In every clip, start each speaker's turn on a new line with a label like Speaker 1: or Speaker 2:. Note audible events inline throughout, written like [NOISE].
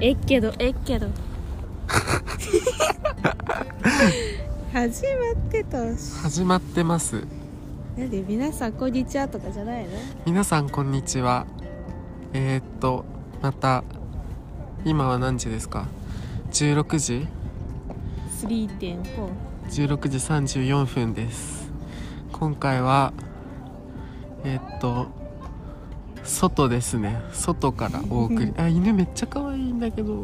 Speaker 1: えっけどえっけど
Speaker 2: [LAUGHS] 始まってたし
Speaker 3: 始まってます
Speaker 2: なんで皆さんこんにちはとかじゃないの
Speaker 3: 皆さんこんにちはえー、っとまた今は何時ですか16時
Speaker 2: 3.4
Speaker 3: 16時34分です今回はえー、っと外ですね外からお送りあ犬めっちゃ可愛いんだけど
Speaker 2: か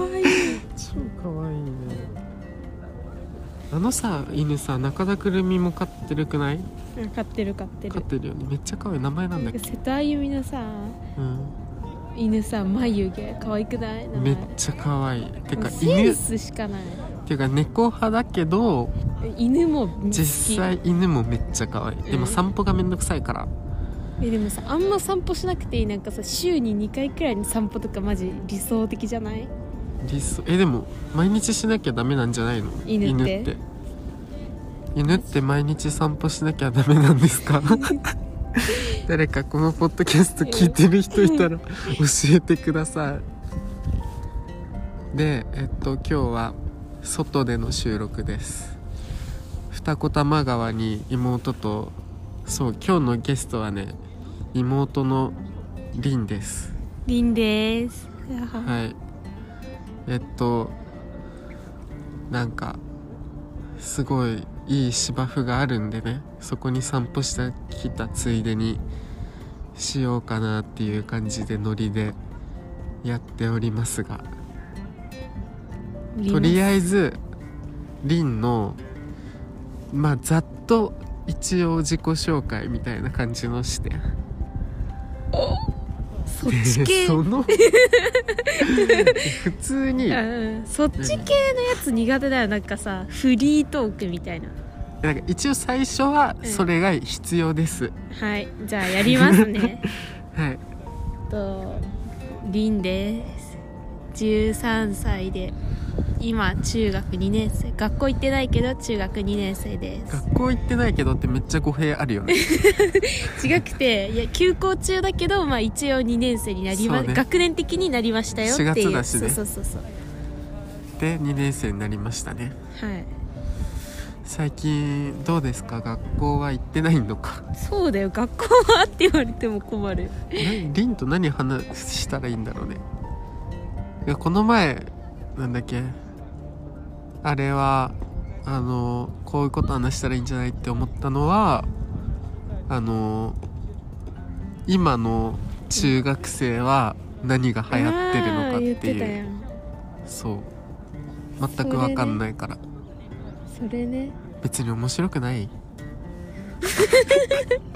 Speaker 2: わいい
Speaker 3: 超可愛いねあのさ犬さ中田くるみも飼ってるくない
Speaker 2: うん買ってる買って
Speaker 3: 飼っ
Speaker 2: る
Speaker 3: てるよねめっちゃ可愛い名前なんだっけ、
Speaker 2: 瀬戸歩美のさ
Speaker 3: うん、
Speaker 2: 犬さ眉毛可愛くない名
Speaker 3: め
Speaker 2: 前
Speaker 3: っちゃ可愛いてか
Speaker 2: セ
Speaker 3: 犬
Speaker 2: ン
Speaker 3: っ
Speaker 2: スしかない
Speaker 3: ていうか猫派だけど
Speaker 2: 犬も好き
Speaker 3: 実際犬もめっちゃ可愛いでも散歩がめんどくさいから
Speaker 2: えでもさあんま散歩しなくていいなんかさ週に2回くらいに散歩とかマジ理想的じゃない
Speaker 3: 理想えでも毎日しなきゃダメなんじゃないの
Speaker 2: 犬って
Speaker 3: 犬って犬って毎日散歩しなきゃダメなんで
Speaker 2: [LAUGHS]
Speaker 3: すか誰かこのポッドキャスト聞いてる人いたら教えてくださいでえっと今日は外での収録です二子玉川に妹とそう今日のゲストはね妹のりんです
Speaker 1: りんです
Speaker 3: はいえっとなんかすごいいい芝生があるんでねそこに散歩してきたついでにしようかなっていう感じでノリでやっておりますがとりあえずリンのまあざっと一応自己紹介みたいな感じのして
Speaker 2: そっち系 [LAUGHS]
Speaker 3: その普通に
Speaker 2: うんそっち系のやつ苦手だよなんかさフリートークみたいな
Speaker 3: なんか一応最初は
Speaker 2: うん
Speaker 3: それが必要です、
Speaker 2: はいじゃあやります
Speaker 3: [LAUGHS]
Speaker 2: ね
Speaker 3: はい
Speaker 2: とりんです13歳で今中学2年生学校行ってないけど中学2年生です
Speaker 3: 学校行ってないけどってめっちゃ語弊あるよ
Speaker 2: [LAUGHS]
Speaker 3: ね
Speaker 2: 違くていや休校中だけどまあ一応2年生になりま、
Speaker 3: そうね
Speaker 2: 学年的になりましたよっていう
Speaker 3: 4月だしね
Speaker 2: そうそうそう
Speaker 3: で2年生になりましたね
Speaker 2: そうはい
Speaker 3: 最近どうですか学校は行ってないのか
Speaker 2: そうだよ学校はって言われても困る
Speaker 3: な凛と何話したらいいんだろうねいやこの前なんだっけあれはあのこういうこと話したらいいんじゃないって思ったのはあの今の中学生は何が流行ってるのか
Speaker 2: あー言
Speaker 3: って
Speaker 2: てた
Speaker 3: いう
Speaker 2: やん
Speaker 3: そう全く分かんないから、
Speaker 2: それね
Speaker 3: 別に面白くない
Speaker 2: [LAUGHS]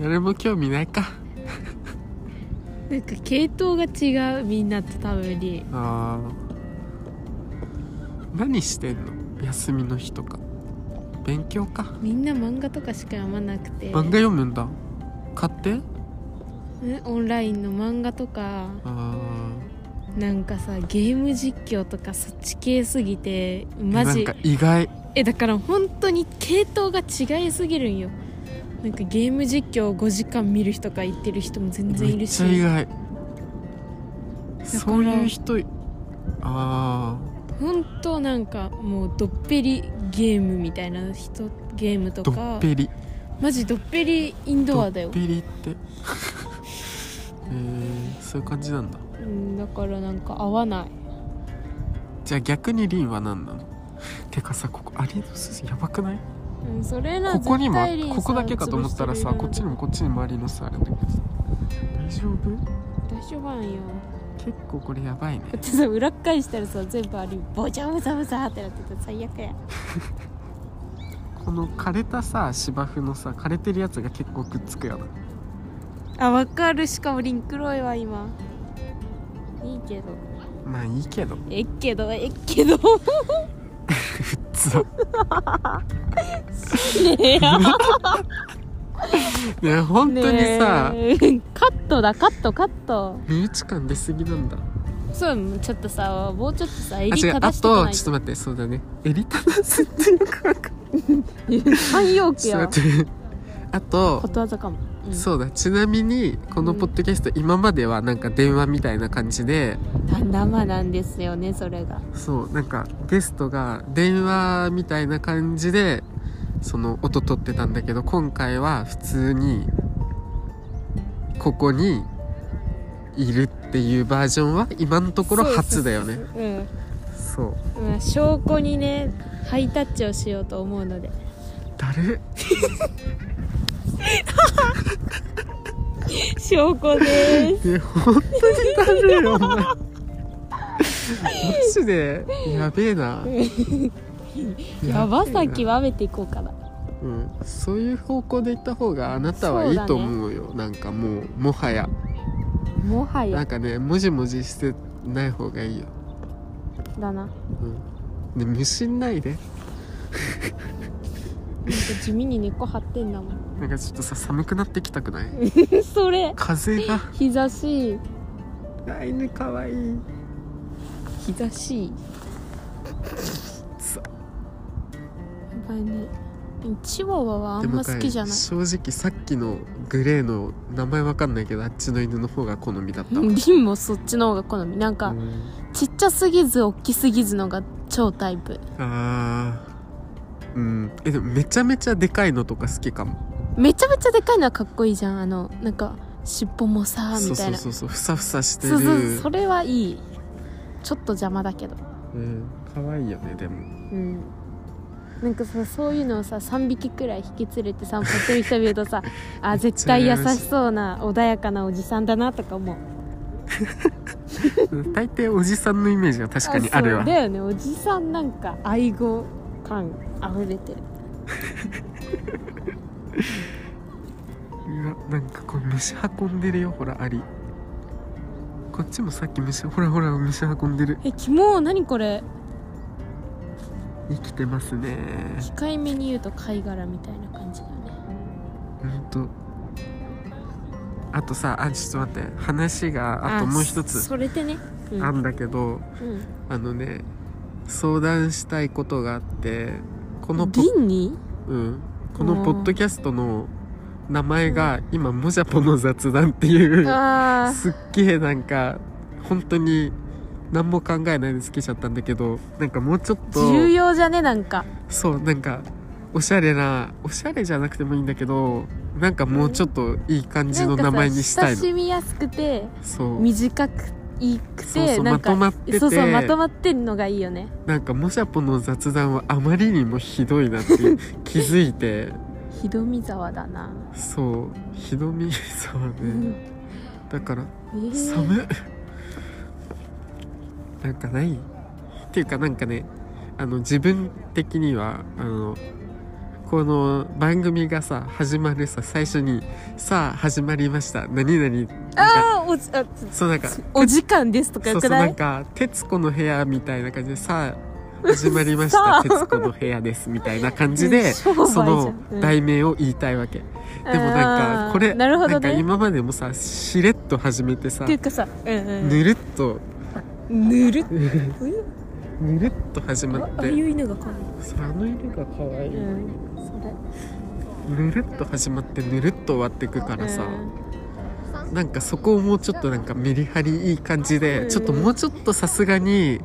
Speaker 3: 誰も興味ないか
Speaker 2: なんか系統が違うみんなと多分に
Speaker 3: あー何してんの休みの日とか勉強か
Speaker 2: みんな漫画とかしか読まなくて
Speaker 3: 漫画読むんだ買って
Speaker 2: うんオンラインの漫画とか
Speaker 3: あ
Speaker 2: なんかさゲーム実況とかそっち系すぎて
Speaker 3: ー
Speaker 2: マジ
Speaker 3: なんか意外
Speaker 2: えだから本当に系統が違いすぎるんよなんかゲーム実況を5時間見る人か言ってる人も全然い
Speaker 3: め
Speaker 2: る
Speaker 3: っ
Speaker 2: し
Speaker 3: ちゃ意外そういう人いあ
Speaker 2: 本当なんかもうどっぺりゲームみたいな人ゲーム
Speaker 3: あ
Speaker 2: と
Speaker 3: どっ
Speaker 2: か
Speaker 3: ぺり
Speaker 2: マジどっぺりインドアだよ
Speaker 3: ドッペリって [LAUGHS] えー、そういう感じなんだ
Speaker 2: うんだからなんか合わない
Speaker 3: じゃあ逆にリンは何なのてかさここアリの巣やばくない
Speaker 2: うんそれな
Speaker 3: ここにも
Speaker 2: 絶対リンさ
Speaker 3: ここだけかと思ったらさ
Speaker 2: 潰
Speaker 3: こっ
Speaker 2: して
Speaker 3: ち
Speaker 2: る
Speaker 3: にもこっちにもアリの巣あるんだけどさ大丈夫
Speaker 2: 大丈夫なんよ
Speaker 3: 結構これやばいね
Speaker 2: だってさ裏返したらさ全部あるよボジャブザブザってなってた最悪や
Speaker 3: この枯れたさ芝生のさ枯れてるやつが結構くっつくやな
Speaker 2: あわかるしかもリンクロイは今いいけど
Speaker 3: まあいいけど
Speaker 2: えっけどえっけど
Speaker 3: 普通
Speaker 2: ねえ
Speaker 3: ね本当にさ、
Speaker 2: ねえカットだカットカット
Speaker 3: 身内感出すぎなんだ
Speaker 2: そうちょっとさもうちょっとさ
Speaker 3: あ
Speaker 2: 襟
Speaker 3: 違うあ
Speaker 2: 正しと
Speaker 3: と
Speaker 2: かない
Speaker 3: ちょっと待ってそうだね襟正すっていうか分かんない
Speaker 2: と慣用句
Speaker 3: ちょっ
Speaker 2: や
Speaker 3: と待ってあと
Speaker 2: ことわざかもうん
Speaker 3: そうだちなみにこのポッドキャスト今まではなんか電話みたいな感じで
Speaker 2: だんだまなんですよねそれが
Speaker 3: そうなんかゲストが電話みたいな感じでその音取ってたんだけど今回は普通にここにいるっていうバージョンは今のところ初だよね
Speaker 2: そうそうそうそううん
Speaker 3: そう
Speaker 2: まあ、証拠にねハイタッチをしようと思うので
Speaker 3: 誰
Speaker 2: 証拠です
Speaker 3: いや本当にだるいよ
Speaker 2: [LAUGHS]
Speaker 3: お前マジでやべえな
Speaker 2: [LAUGHS] やばさ
Speaker 3: き
Speaker 2: 極めていこうかな
Speaker 3: うん、そういう方向で行った方があなたはいいと思うよなんかもうもはや
Speaker 2: もは
Speaker 3: なん
Speaker 2: や
Speaker 3: かねもじもじしてない方がいいよ、
Speaker 2: だな
Speaker 3: うん、で無心ないで
Speaker 2: 地味に根っこ張ってんだもん
Speaker 3: なんかちょっとさ寒くなってきたくない
Speaker 2: それ
Speaker 3: 風が
Speaker 2: 日差しい
Speaker 3: あ犬かわいい
Speaker 2: 日差しい
Speaker 3: さ
Speaker 2: やばいねでもチワワはあんま好きじゃない
Speaker 3: 正直さっきのグレーの名前わかんないけどあっちの犬の方が好みだったわ
Speaker 2: リンもそっちの方が好みなんか、
Speaker 3: うん
Speaker 2: ちっちゃすぎず大きすぎずのが超タイプ
Speaker 3: あーうんえでもめちゃめちゃでかいのとか好きかも
Speaker 2: めちゃめちゃでかいのはかっこいいじゃんあのなんか尻尾もさ
Speaker 3: そ
Speaker 2: み
Speaker 3: う
Speaker 2: た
Speaker 3: そ
Speaker 2: いうな
Speaker 3: そうそうふさふさしてる
Speaker 2: そうそうそれはいいちょっと邪魔だけど
Speaker 3: うん可愛いよねでも
Speaker 2: うんなんかさそういうのをさ3匹くらい引き連れて散歩してる人見ると [LAUGHS] さあ絶対優しそうな穏やかなおじさんだなとか思う
Speaker 3: 大抵おじさんのイメージは確かにある
Speaker 2: そう
Speaker 3: わ
Speaker 2: だよねおじさんなんか愛護感あふれてる
Speaker 3: うわなんかこう虫運んでるよほらアリこっちもさっき虫ほらほら虫運んでる
Speaker 2: えキモ何これ
Speaker 3: 生きてますね
Speaker 2: 控えめに言うと貝殻みたいな感じだね
Speaker 3: ほんとあとさあちょっと待って話があともう一
Speaker 2: そ
Speaker 3: つ
Speaker 2: それでねうん
Speaker 3: あんだけど、
Speaker 2: うん
Speaker 3: あのね相談したいことがあってこのポ,、
Speaker 2: リンに
Speaker 3: うん、この
Speaker 2: うん
Speaker 3: ポッドキャストの名前が今「もじゃぽの雑談」っていう
Speaker 2: あ
Speaker 3: すっげえなんか本当に何も考えないでつけちゃったんだけどなんかもうちょっ
Speaker 2: あ
Speaker 3: と
Speaker 2: 重要じゃねなんか
Speaker 3: そうなんかおしゃれなおしゃれじゃなくてもいいんだけどなんかもうちょっといい感じの名前にしたい
Speaker 2: なんかさ
Speaker 3: の
Speaker 2: 親しみやすくて
Speaker 3: そう
Speaker 2: 短くいくて
Speaker 3: そうそう
Speaker 2: なんか
Speaker 3: まとまってて
Speaker 2: そうそうまとまってんのがいいよね
Speaker 3: なんか「もじゃぽの雑談」はあまりにもひどいなって気づいて
Speaker 2: ひどみ沢だな、
Speaker 3: そうひどみ [LAUGHS] さはね、
Speaker 2: うん
Speaker 3: だから
Speaker 2: えー
Speaker 3: 寒っ、なんかないっていうかなんかねあの自分的にはあのこの番組がさ始まるさ最初に「さあ始まりました何々」なんか
Speaker 2: あーおじあ
Speaker 3: そうなんか
Speaker 2: お時間ですとか
Speaker 3: そ
Speaker 2: く
Speaker 3: うそうな
Speaker 2: ら
Speaker 3: ん
Speaker 2: い
Speaker 3: か「徹子の部屋」みたいな感じで「さあ始まり
Speaker 2: [LAUGHS]
Speaker 3: まし
Speaker 2: さ
Speaker 3: た
Speaker 2: あ
Speaker 3: 徹子の部屋です」みたいな感じで
Speaker 2: 商売じ
Speaker 3: そ
Speaker 2: ゃん
Speaker 3: の
Speaker 2: うん
Speaker 3: 題名を言いたいわけ、でもなん
Speaker 2: あ
Speaker 3: か
Speaker 2: ー
Speaker 3: これ
Speaker 2: なるほど
Speaker 3: んか
Speaker 2: ね
Speaker 3: 今までもさしれっと始めてさ
Speaker 2: っていうかさ、うんうん
Speaker 3: ぬるっと
Speaker 2: ぬるっ
Speaker 3: ぬるっと始まっ
Speaker 2: ああ
Speaker 3: て
Speaker 2: いう犬が可愛い、
Speaker 3: それあの犬が可愛い、
Speaker 2: うん、それ
Speaker 3: ぬるっと始まってぬるっと終わってくからさ、
Speaker 2: うん
Speaker 3: なんかそこをもうちょっとなんかメリハリいい感じで、
Speaker 2: うん
Speaker 3: ちょっともうちょっとさすがに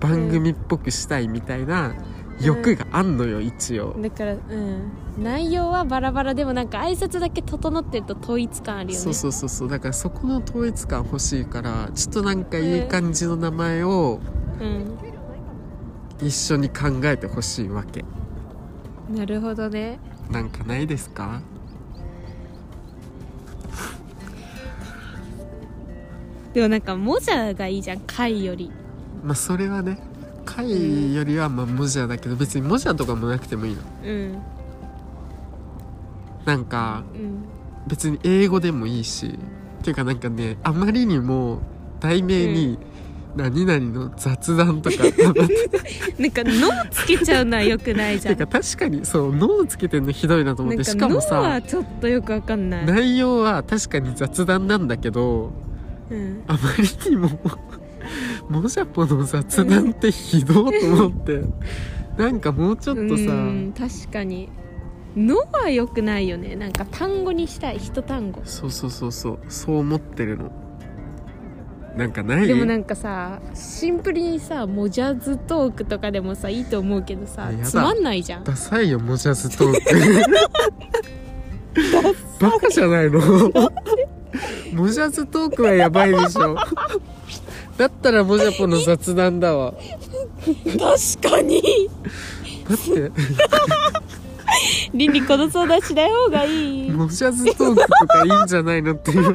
Speaker 3: 番組っぽくしたいみたいな欲があんのよ一応、
Speaker 2: だからうん内容はバラバラでもなんか挨拶だけ整ってると統一感あるよね
Speaker 3: そうそうそうそうだからそこの統一感欲しいからちょっとなんかいい感じの名前を
Speaker 2: うん
Speaker 3: 一緒に考えてほしいわけ
Speaker 2: なるほどね
Speaker 3: なんかないですか
Speaker 2: でもなんかモジャがいいじゃん貝より
Speaker 3: まあそれはね貝よりはまあモジャだけど別にモジャとかもなくてもいいの
Speaker 2: うん
Speaker 3: なんか
Speaker 2: うん
Speaker 3: 別に英語でもいいしっていうかなんかねあまりにも題名に「何々の雑談」 [LAUGHS] とかって
Speaker 2: なんか「の」つけちゃうのはよくないじゃ
Speaker 3: いうん
Speaker 2: な
Speaker 3: か確かにそう「脳をつけてんのひどいなと思っ
Speaker 2: ん
Speaker 3: て
Speaker 2: か「
Speaker 3: しか
Speaker 2: の
Speaker 3: も」さ
Speaker 2: はちょっとよくわかんない、
Speaker 3: 内容は確かに雑談なんだけど
Speaker 2: うん、
Speaker 3: あまりにももじゃぽの雑談ってひどいと思ってなんかもうちょっとさ
Speaker 2: うん確かに「の」は良くないよねなんか単語にしたい一単語
Speaker 3: そうそうそうそうそう思ってるのなんかない
Speaker 2: でもなんかさシンプルにさもジャズトークとかでもさいいと思うけどさ
Speaker 3: いややだ
Speaker 2: つまんないじゃん
Speaker 3: ダサいよモジャズトークバカじゃないのモジャズトークはやばいでしょだったらモジャポの雑談だわ
Speaker 2: 確かに
Speaker 3: だって
Speaker 2: リンリンこの相談しない方がいい
Speaker 3: モジャズトークとかいいんじゃないのっていう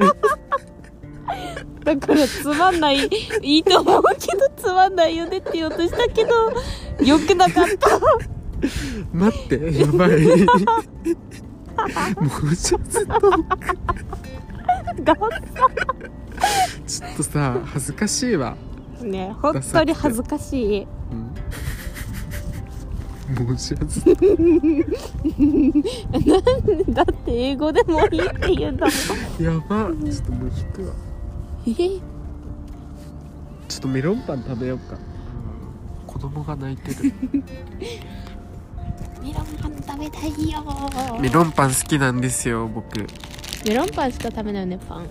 Speaker 2: だからつまんないいいと思うけどつまんないよねって言おうとしたけどよくなかった [LAUGHS]
Speaker 3: 待ってやばいモジャズトークちょっとさ恥ずかしいわ
Speaker 2: ね本当に恥ずかしい
Speaker 3: うんモジャズ
Speaker 2: だって英語でもいいって言うんだもん
Speaker 3: やばちょっともう引くわ
Speaker 2: え
Speaker 3: ちょっとメロンパン食べようか子供が泣いてる
Speaker 2: メロンパン食べたいよ
Speaker 3: メロンパン好きなんですよ僕い
Speaker 2: メロンパンしか食べないよねパン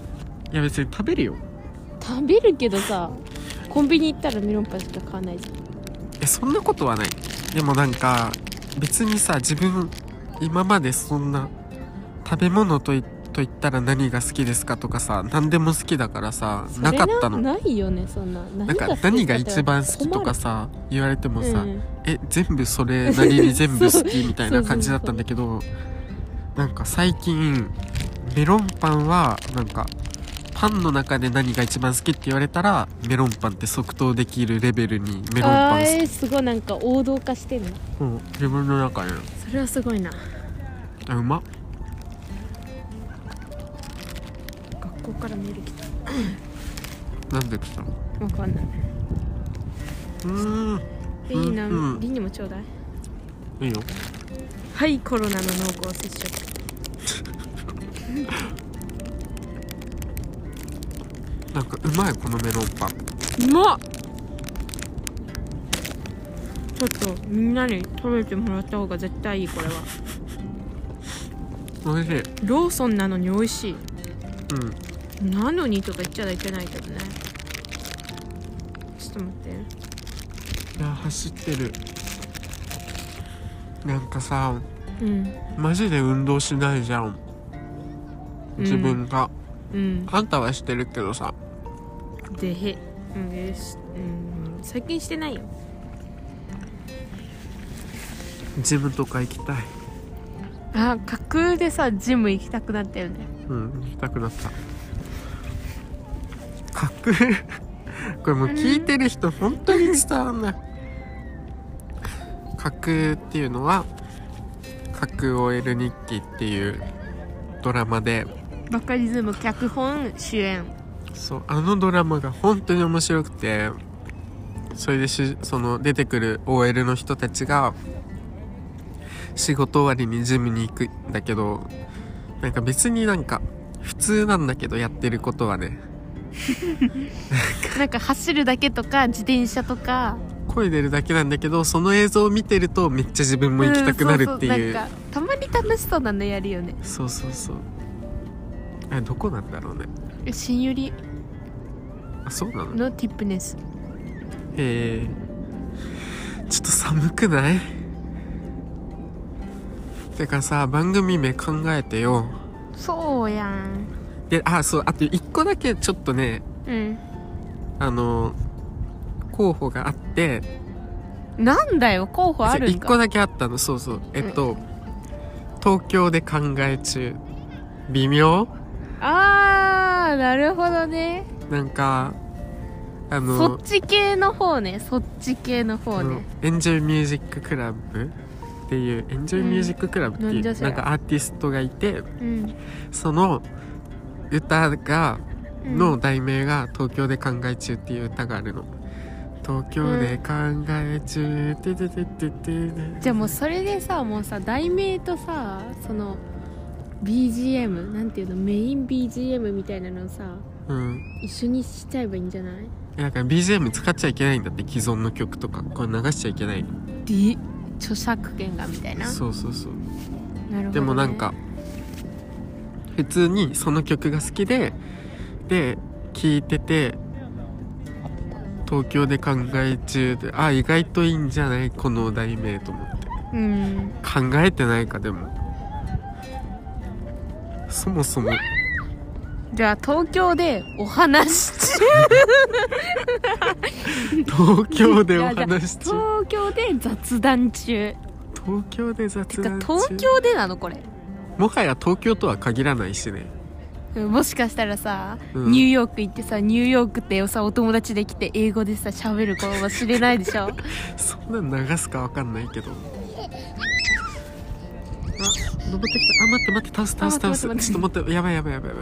Speaker 3: や別に食べるよ
Speaker 2: 食べるけどさコンビニ行ったらメロンパンしか買わないじゃん
Speaker 3: えそんなことはないでもなんか別にさ自分今までそんな食べ物といと言ったら何が好きですかとかさ何でも好きだからさ
Speaker 2: それ
Speaker 3: なかったのな
Speaker 2: ないよねそんな何
Speaker 3: んか
Speaker 2: 好き
Speaker 3: 何が
Speaker 2: って
Speaker 3: 一番好きとかさ言われても
Speaker 2: 困る
Speaker 3: さ、
Speaker 2: うん
Speaker 3: え全部それなりに全部好きみたいな感じだったんだ
Speaker 2: [LAUGHS]
Speaker 3: けどなんか最近メロンパンはなんかパンの中で何が一番好きって言われたらメロンパンって即答できるレベルにメロン
Speaker 2: あ
Speaker 3: パ
Speaker 2: ー
Speaker 3: ン好
Speaker 2: えーすごいなんか王道化してんの
Speaker 3: き、うん、自分の中で
Speaker 2: それはすごいな
Speaker 3: あうまっ
Speaker 2: 学校からメール来た
Speaker 3: なんで来たの
Speaker 2: わかんないう
Speaker 3: ーん
Speaker 2: いいな、
Speaker 3: うん
Speaker 2: リンにもちょうだい
Speaker 3: いいよ
Speaker 2: はいコロナの濃厚接触
Speaker 3: なんかうまいこのメロンパン
Speaker 2: うまっちょっとみんなに食べてもらった方が絶対いいこれは
Speaker 3: おいしい
Speaker 2: ローソンなのに美味しい
Speaker 3: うん
Speaker 2: なのにとか言っちゃいけないけどねちょっと待って
Speaker 3: いや走ってるなんかさ
Speaker 2: うん
Speaker 3: マジで運動しないじゃん
Speaker 2: うん
Speaker 3: 自分が、
Speaker 2: うん
Speaker 3: あんたはしてるけどさ
Speaker 2: でへうんえーしうん最近してないよ
Speaker 3: ジムとか行きたい
Speaker 2: あ架空でさジム行きたくなったよね
Speaker 3: うん行きたくなったかっこい [LAUGHS] いこれもう聞いてる人本当に伝わんない架空っていうのは架空 OL 日記っていうドラマで
Speaker 2: バカリズム脚本主演
Speaker 3: そうあのドラマが本当に面白くてそれでしその出てくる OL の人たちが仕事終わりにジムに行くんだけどなんか別になんか普通なんだけどやってることはね
Speaker 2: なんか走るだけとか自転車とか
Speaker 3: 声出るだけなんだけどその映像を見てるとめっちゃ自分も行きたくなるってい
Speaker 2: んそ
Speaker 3: う,、
Speaker 2: そなんかたまに楽しそうなのやるよね
Speaker 3: そうそうそうあどこなんだろうね
Speaker 2: え新ゆり
Speaker 3: あそうなの
Speaker 2: のティップネス
Speaker 3: えー、ちょっと寒くないてかさ番組名考えてよ
Speaker 2: そうやん
Speaker 3: であそうあと1個だけちょっとね
Speaker 2: うん
Speaker 3: あの候補があって
Speaker 2: なんだよ候補あるん
Speaker 3: 1個
Speaker 2: か
Speaker 3: だけあったのそうそうえっと、東京で考え中微妙
Speaker 2: あーなるほどね
Speaker 3: なんかあ
Speaker 2: そ
Speaker 3: の
Speaker 2: っち系の方ねそっち系の方ね
Speaker 3: エンジョイミュージッククラブっていうエンジョイミュージッククラブって
Speaker 2: うんなん
Speaker 3: い
Speaker 2: じ
Speaker 3: う、
Speaker 2: ゃそり
Speaker 3: な
Speaker 2: ゃ
Speaker 3: んかアーティストがいて
Speaker 2: うん
Speaker 3: その歌が
Speaker 2: うん
Speaker 3: の題名が「東京で考え中」っていう歌があるの。東京で考え中、てててててて
Speaker 2: じゃあもうそれでさもうさ題名とさその BGM なんていうのメイン BGM みたいなのをさ
Speaker 3: うん
Speaker 2: 一緒にしちゃえばいいんじゃない
Speaker 3: だから BGM 使っちゃいけないんだって既存の曲とかこれ流しちゃいけない
Speaker 2: で著作権がみたいな
Speaker 3: そうそうそう
Speaker 2: なるほどね
Speaker 3: でもなんか普通にその曲が好きでで聴いてて東京で考え中であ意外といいんじゃないこの題名と思って
Speaker 2: うん
Speaker 3: 考えてないかでもそもそも
Speaker 2: じゃあ東京でお話し中
Speaker 3: 東京でお話し
Speaker 2: 東 [LAUGHS]
Speaker 3: 中
Speaker 2: 京で雑談中
Speaker 3: 東京で雑
Speaker 2: てか
Speaker 3: 談中
Speaker 2: 東京でなのこれ
Speaker 3: もはや東京とは限らないしね
Speaker 2: もしかしたらさ、
Speaker 3: うん
Speaker 2: ニューヨーク行ってさニューヨークってさお友達で来て英語でさ喋るかもしれないでし
Speaker 3: [LAUGHS]
Speaker 2: ょ
Speaker 3: そんなん流すかわかんないけど。あ、登ってきた。あ、待って待って、倒す倒
Speaker 2: あ
Speaker 3: す
Speaker 2: 待
Speaker 3: 倒
Speaker 2: って
Speaker 3: す。
Speaker 2: 待って
Speaker 3: ちょっと待って、やばいやばいやばいや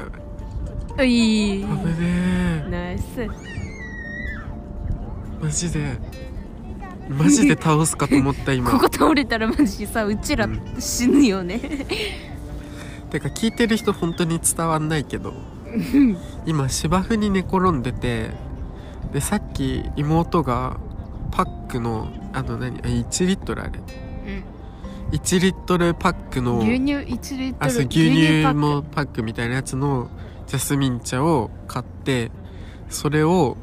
Speaker 3: ばい。
Speaker 2: いい
Speaker 3: 危
Speaker 2: [LAUGHS]
Speaker 3: ね
Speaker 2: ナイス
Speaker 3: え。マジで。マジで倒すかと思った今。
Speaker 2: ここ倒れたらマジさうちら
Speaker 3: うん
Speaker 2: 死ぬよね
Speaker 3: てか聞いてる人本当に伝わんないけど。今芝生に寝転んでて、でさっき妹がパックのあの何、あ1リットルあれ。1リットルパックの。
Speaker 2: 牛乳1リット
Speaker 3: あ
Speaker 2: ル
Speaker 3: そう牛乳もパックみたいなやつのジャスミン茶を買ってそれを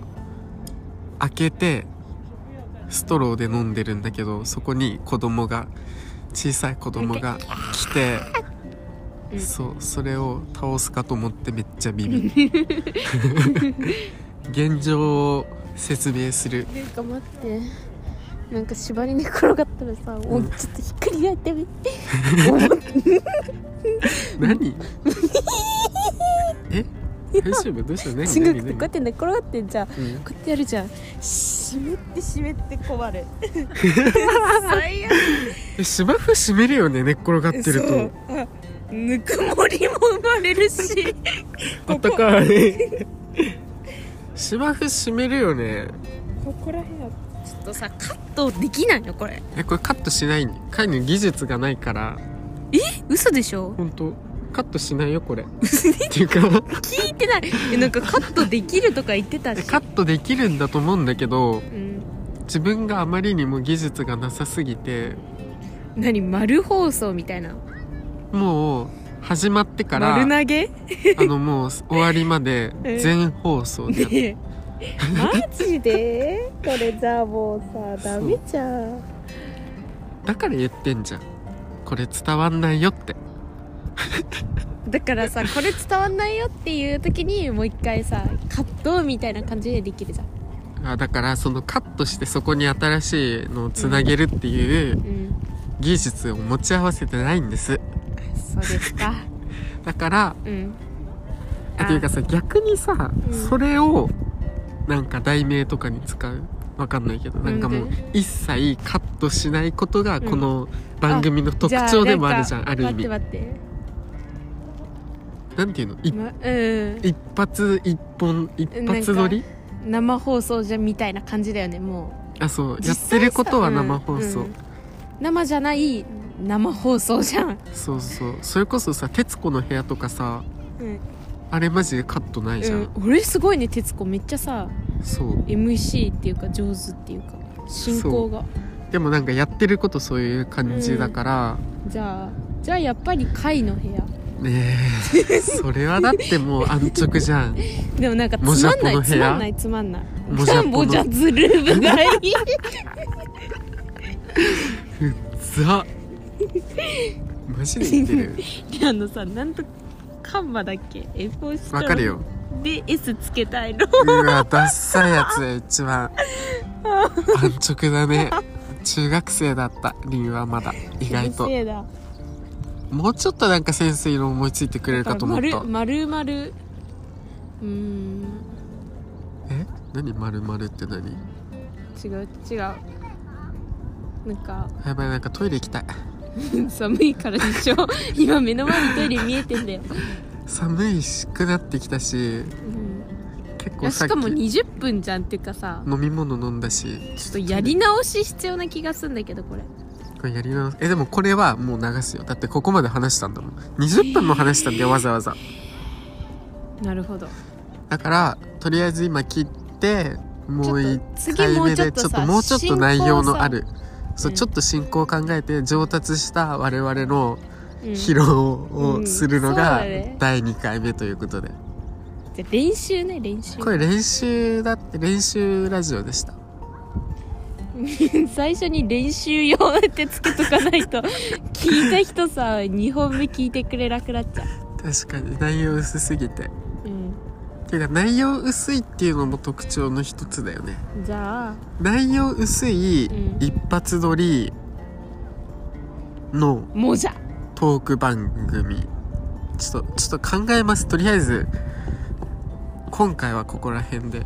Speaker 3: 開けてストローで飲んでるんだけどそこに子供が小さい子供が来て、
Speaker 2: うん
Speaker 3: そうそれを倒すかと思ってめっちゃビビる [LAUGHS] 現状を説明する
Speaker 2: なんか待ってなんか縛りに転がったらさ、もうちょっとひっくり返ってみ
Speaker 3: [LAUGHS]
Speaker 2: て
Speaker 3: 何え大丈夫どうした何
Speaker 2: 違
Speaker 3: 何
Speaker 2: くてこ
Speaker 3: 何
Speaker 2: うやって寝転がってんじゃんこ
Speaker 3: うん
Speaker 2: うやってやるじゃん湿って湿って困る [LAUGHS] 最悪
Speaker 3: え芝生湿るよね寝っ転がってる
Speaker 2: そう
Speaker 3: と
Speaker 2: あぬくもりも生まれるし
Speaker 3: あったかい [LAUGHS] 芝生湿るよね
Speaker 2: ここら辺はちょっとさカットできないのこれ
Speaker 3: えこれカットしないカイの技術がないから
Speaker 2: 嘘でしょ
Speaker 3: 本当カットしないよ [LAUGHS] これっていうか
Speaker 2: 聞いてないえなんかカットできるとか言ってた
Speaker 3: え
Speaker 2: し
Speaker 3: カットできるんだと思うんだけど
Speaker 2: うん
Speaker 3: 自分があまりにも技術がなさすぎて
Speaker 2: 何丸放送みたいな
Speaker 3: もう始まってから
Speaker 2: 丸投げ
Speaker 3: あのもう終わりまで
Speaker 2: え
Speaker 3: 全放送でやって
Speaker 2: ねえマジでこれじゃあもうさダメじゃん
Speaker 3: だから言ってんじゃんこれ伝わんないよって
Speaker 2: だから [LAUGHS] さこれ伝わんないよっていう時にもう一回さカットみたいな感じでできるじゃん
Speaker 3: あだからそのカットしてそこに新しいのをつなげるっていう
Speaker 2: うん
Speaker 3: 技術を持ち合わせてないんです
Speaker 2: そうですか
Speaker 3: だから
Speaker 2: [LAUGHS] うん
Speaker 3: あというかさ逆にさ、
Speaker 2: うん
Speaker 3: それをなんか題名とかに使うわかんないけどなんかも
Speaker 2: な
Speaker 3: う
Speaker 2: ん
Speaker 3: 一切カットしないことが
Speaker 2: ん
Speaker 3: この番組の特徴でもあるじゃんある意味
Speaker 2: 待って待
Speaker 3: なんていうのい
Speaker 2: って、ま、うん
Speaker 3: 一発一本一発撮り
Speaker 2: 生放送じゃみたいな感じだよねも
Speaker 3: あそう
Speaker 2: う
Speaker 3: やってることは生放
Speaker 2: 実際さ
Speaker 3: 送、
Speaker 2: うんうん生じゃない生放送じゃん、
Speaker 3: そうそうそれこそさ『徹子の部屋』とかさ
Speaker 2: うん
Speaker 3: あれマジでカットないじゃん、
Speaker 2: うん、俺すごいね徹子めっちゃさ
Speaker 3: そう
Speaker 2: MC っていうか上手っていうか進行が
Speaker 3: でもなんかやってることそういう感じだから、
Speaker 2: じゃあじゃあやっぱり貝の部屋
Speaker 3: ねえそれはだってもう安直じゃん
Speaker 2: でもなんか
Speaker 3: も
Speaker 2: つ
Speaker 3: じゃ
Speaker 2: ま
Speaker 3: ぽ
Speaker 2: んな
Speaker 3: の
Speaker 2: い
Speaker 3: 部
Speaker 2: つ
Speaker 3: 屋
Speaker 2: まんないつまんない
Speaker 3: もじゃぽの
Speaker 2: もじゃずるぶがい
Speaker 3: ザマジで言ってる
Speaker 2: あのさなんとカンマだっけ F をした
Speaker 3: わかるよ
Speaker 2: で S つけたいの
Speaker 3: うわダッサいやつ一番安直だね中学生だったりんはまだ意外と
Speaker 2: 先生だ
Speaker 3: もうちょっとなんか先生の思いついてくれるかと思っ
Speaker 2: 丸
Speaker 3: た
Speaker 2: 丸丸うーん
Speaker 3: え何丸々って何
Speaker 2: 違う違うなんか [LAUGHS]
Speaker 3: やばいなんかトイレ行きたい
Speaker 2: 寒いからでしょ [LAUGHS] 今目の前にトイレ見えてんだ
Speaker 3: [LAUGHS]
Speaker 2: よ、
Speaker 3: 寒いしくなってきたし
Speaker 2: うん
Speaker 3: 結
Speaker 2: い
Speaker 3: 構
Speaker 2: や、し
Speaker 3: さっ
Speaker 2: かも
Speaker 3: き
Speaker 2: 20分じゃんっていうかさ
Speaker 3: 飲み物飲んだし
Speaker 2: ちょっとやり直し必要な気がすんだけどこれ
Speaker 3: これやり直すえでもこれはもう流すよだってここまで話したんだもん20分も話したんだよわざわざ
Speaker 2: なるほど
Speaker 3: だからとりあえず今切ってもう
Speaker 2: ちょっ
Speaker 3: 1
Speaker 2: と次
Speaker 3: 回目で
Speaker 2: もうち
Speaker 3: ち
Speaker 2: ょ
Speaker 3: ょ
Speaker 2: っと
Speaker 3: っ
Speaker 2: さ
Speaker 3: ともうちょっと内容のあるそううんちょっと進行を考えて上達した我々の
Speaker 2: うん
Speaker 3: 披露をするのが
Speaker 2: うんそうだね
Speaker 3: 第2回目ということで、
Speaker 2: じゃあ練習ね練習
Speaker 3: これ練習だって練習ラジオでした
Speaker 2: [LAUGHS] 最初に練習用ってつけとかないと聞いた人さ2本目聞いてくれなくなっちゃ
Speaker 3: 確かに内容薄すぎて
Speaker 2: う、う
Speaker 3: ていうか内容薄いっていうのも特徴の一つだよね
Speaker 2: ん、じゃあ
Speaker 3: 内容薄い
Speaker 2: うん
Speaker 3: 一発撮りの
Speaker 2: もじゃ
Speaker 3: トーク番組ちょっとちょっと考えますとりあえず今回はここら辺で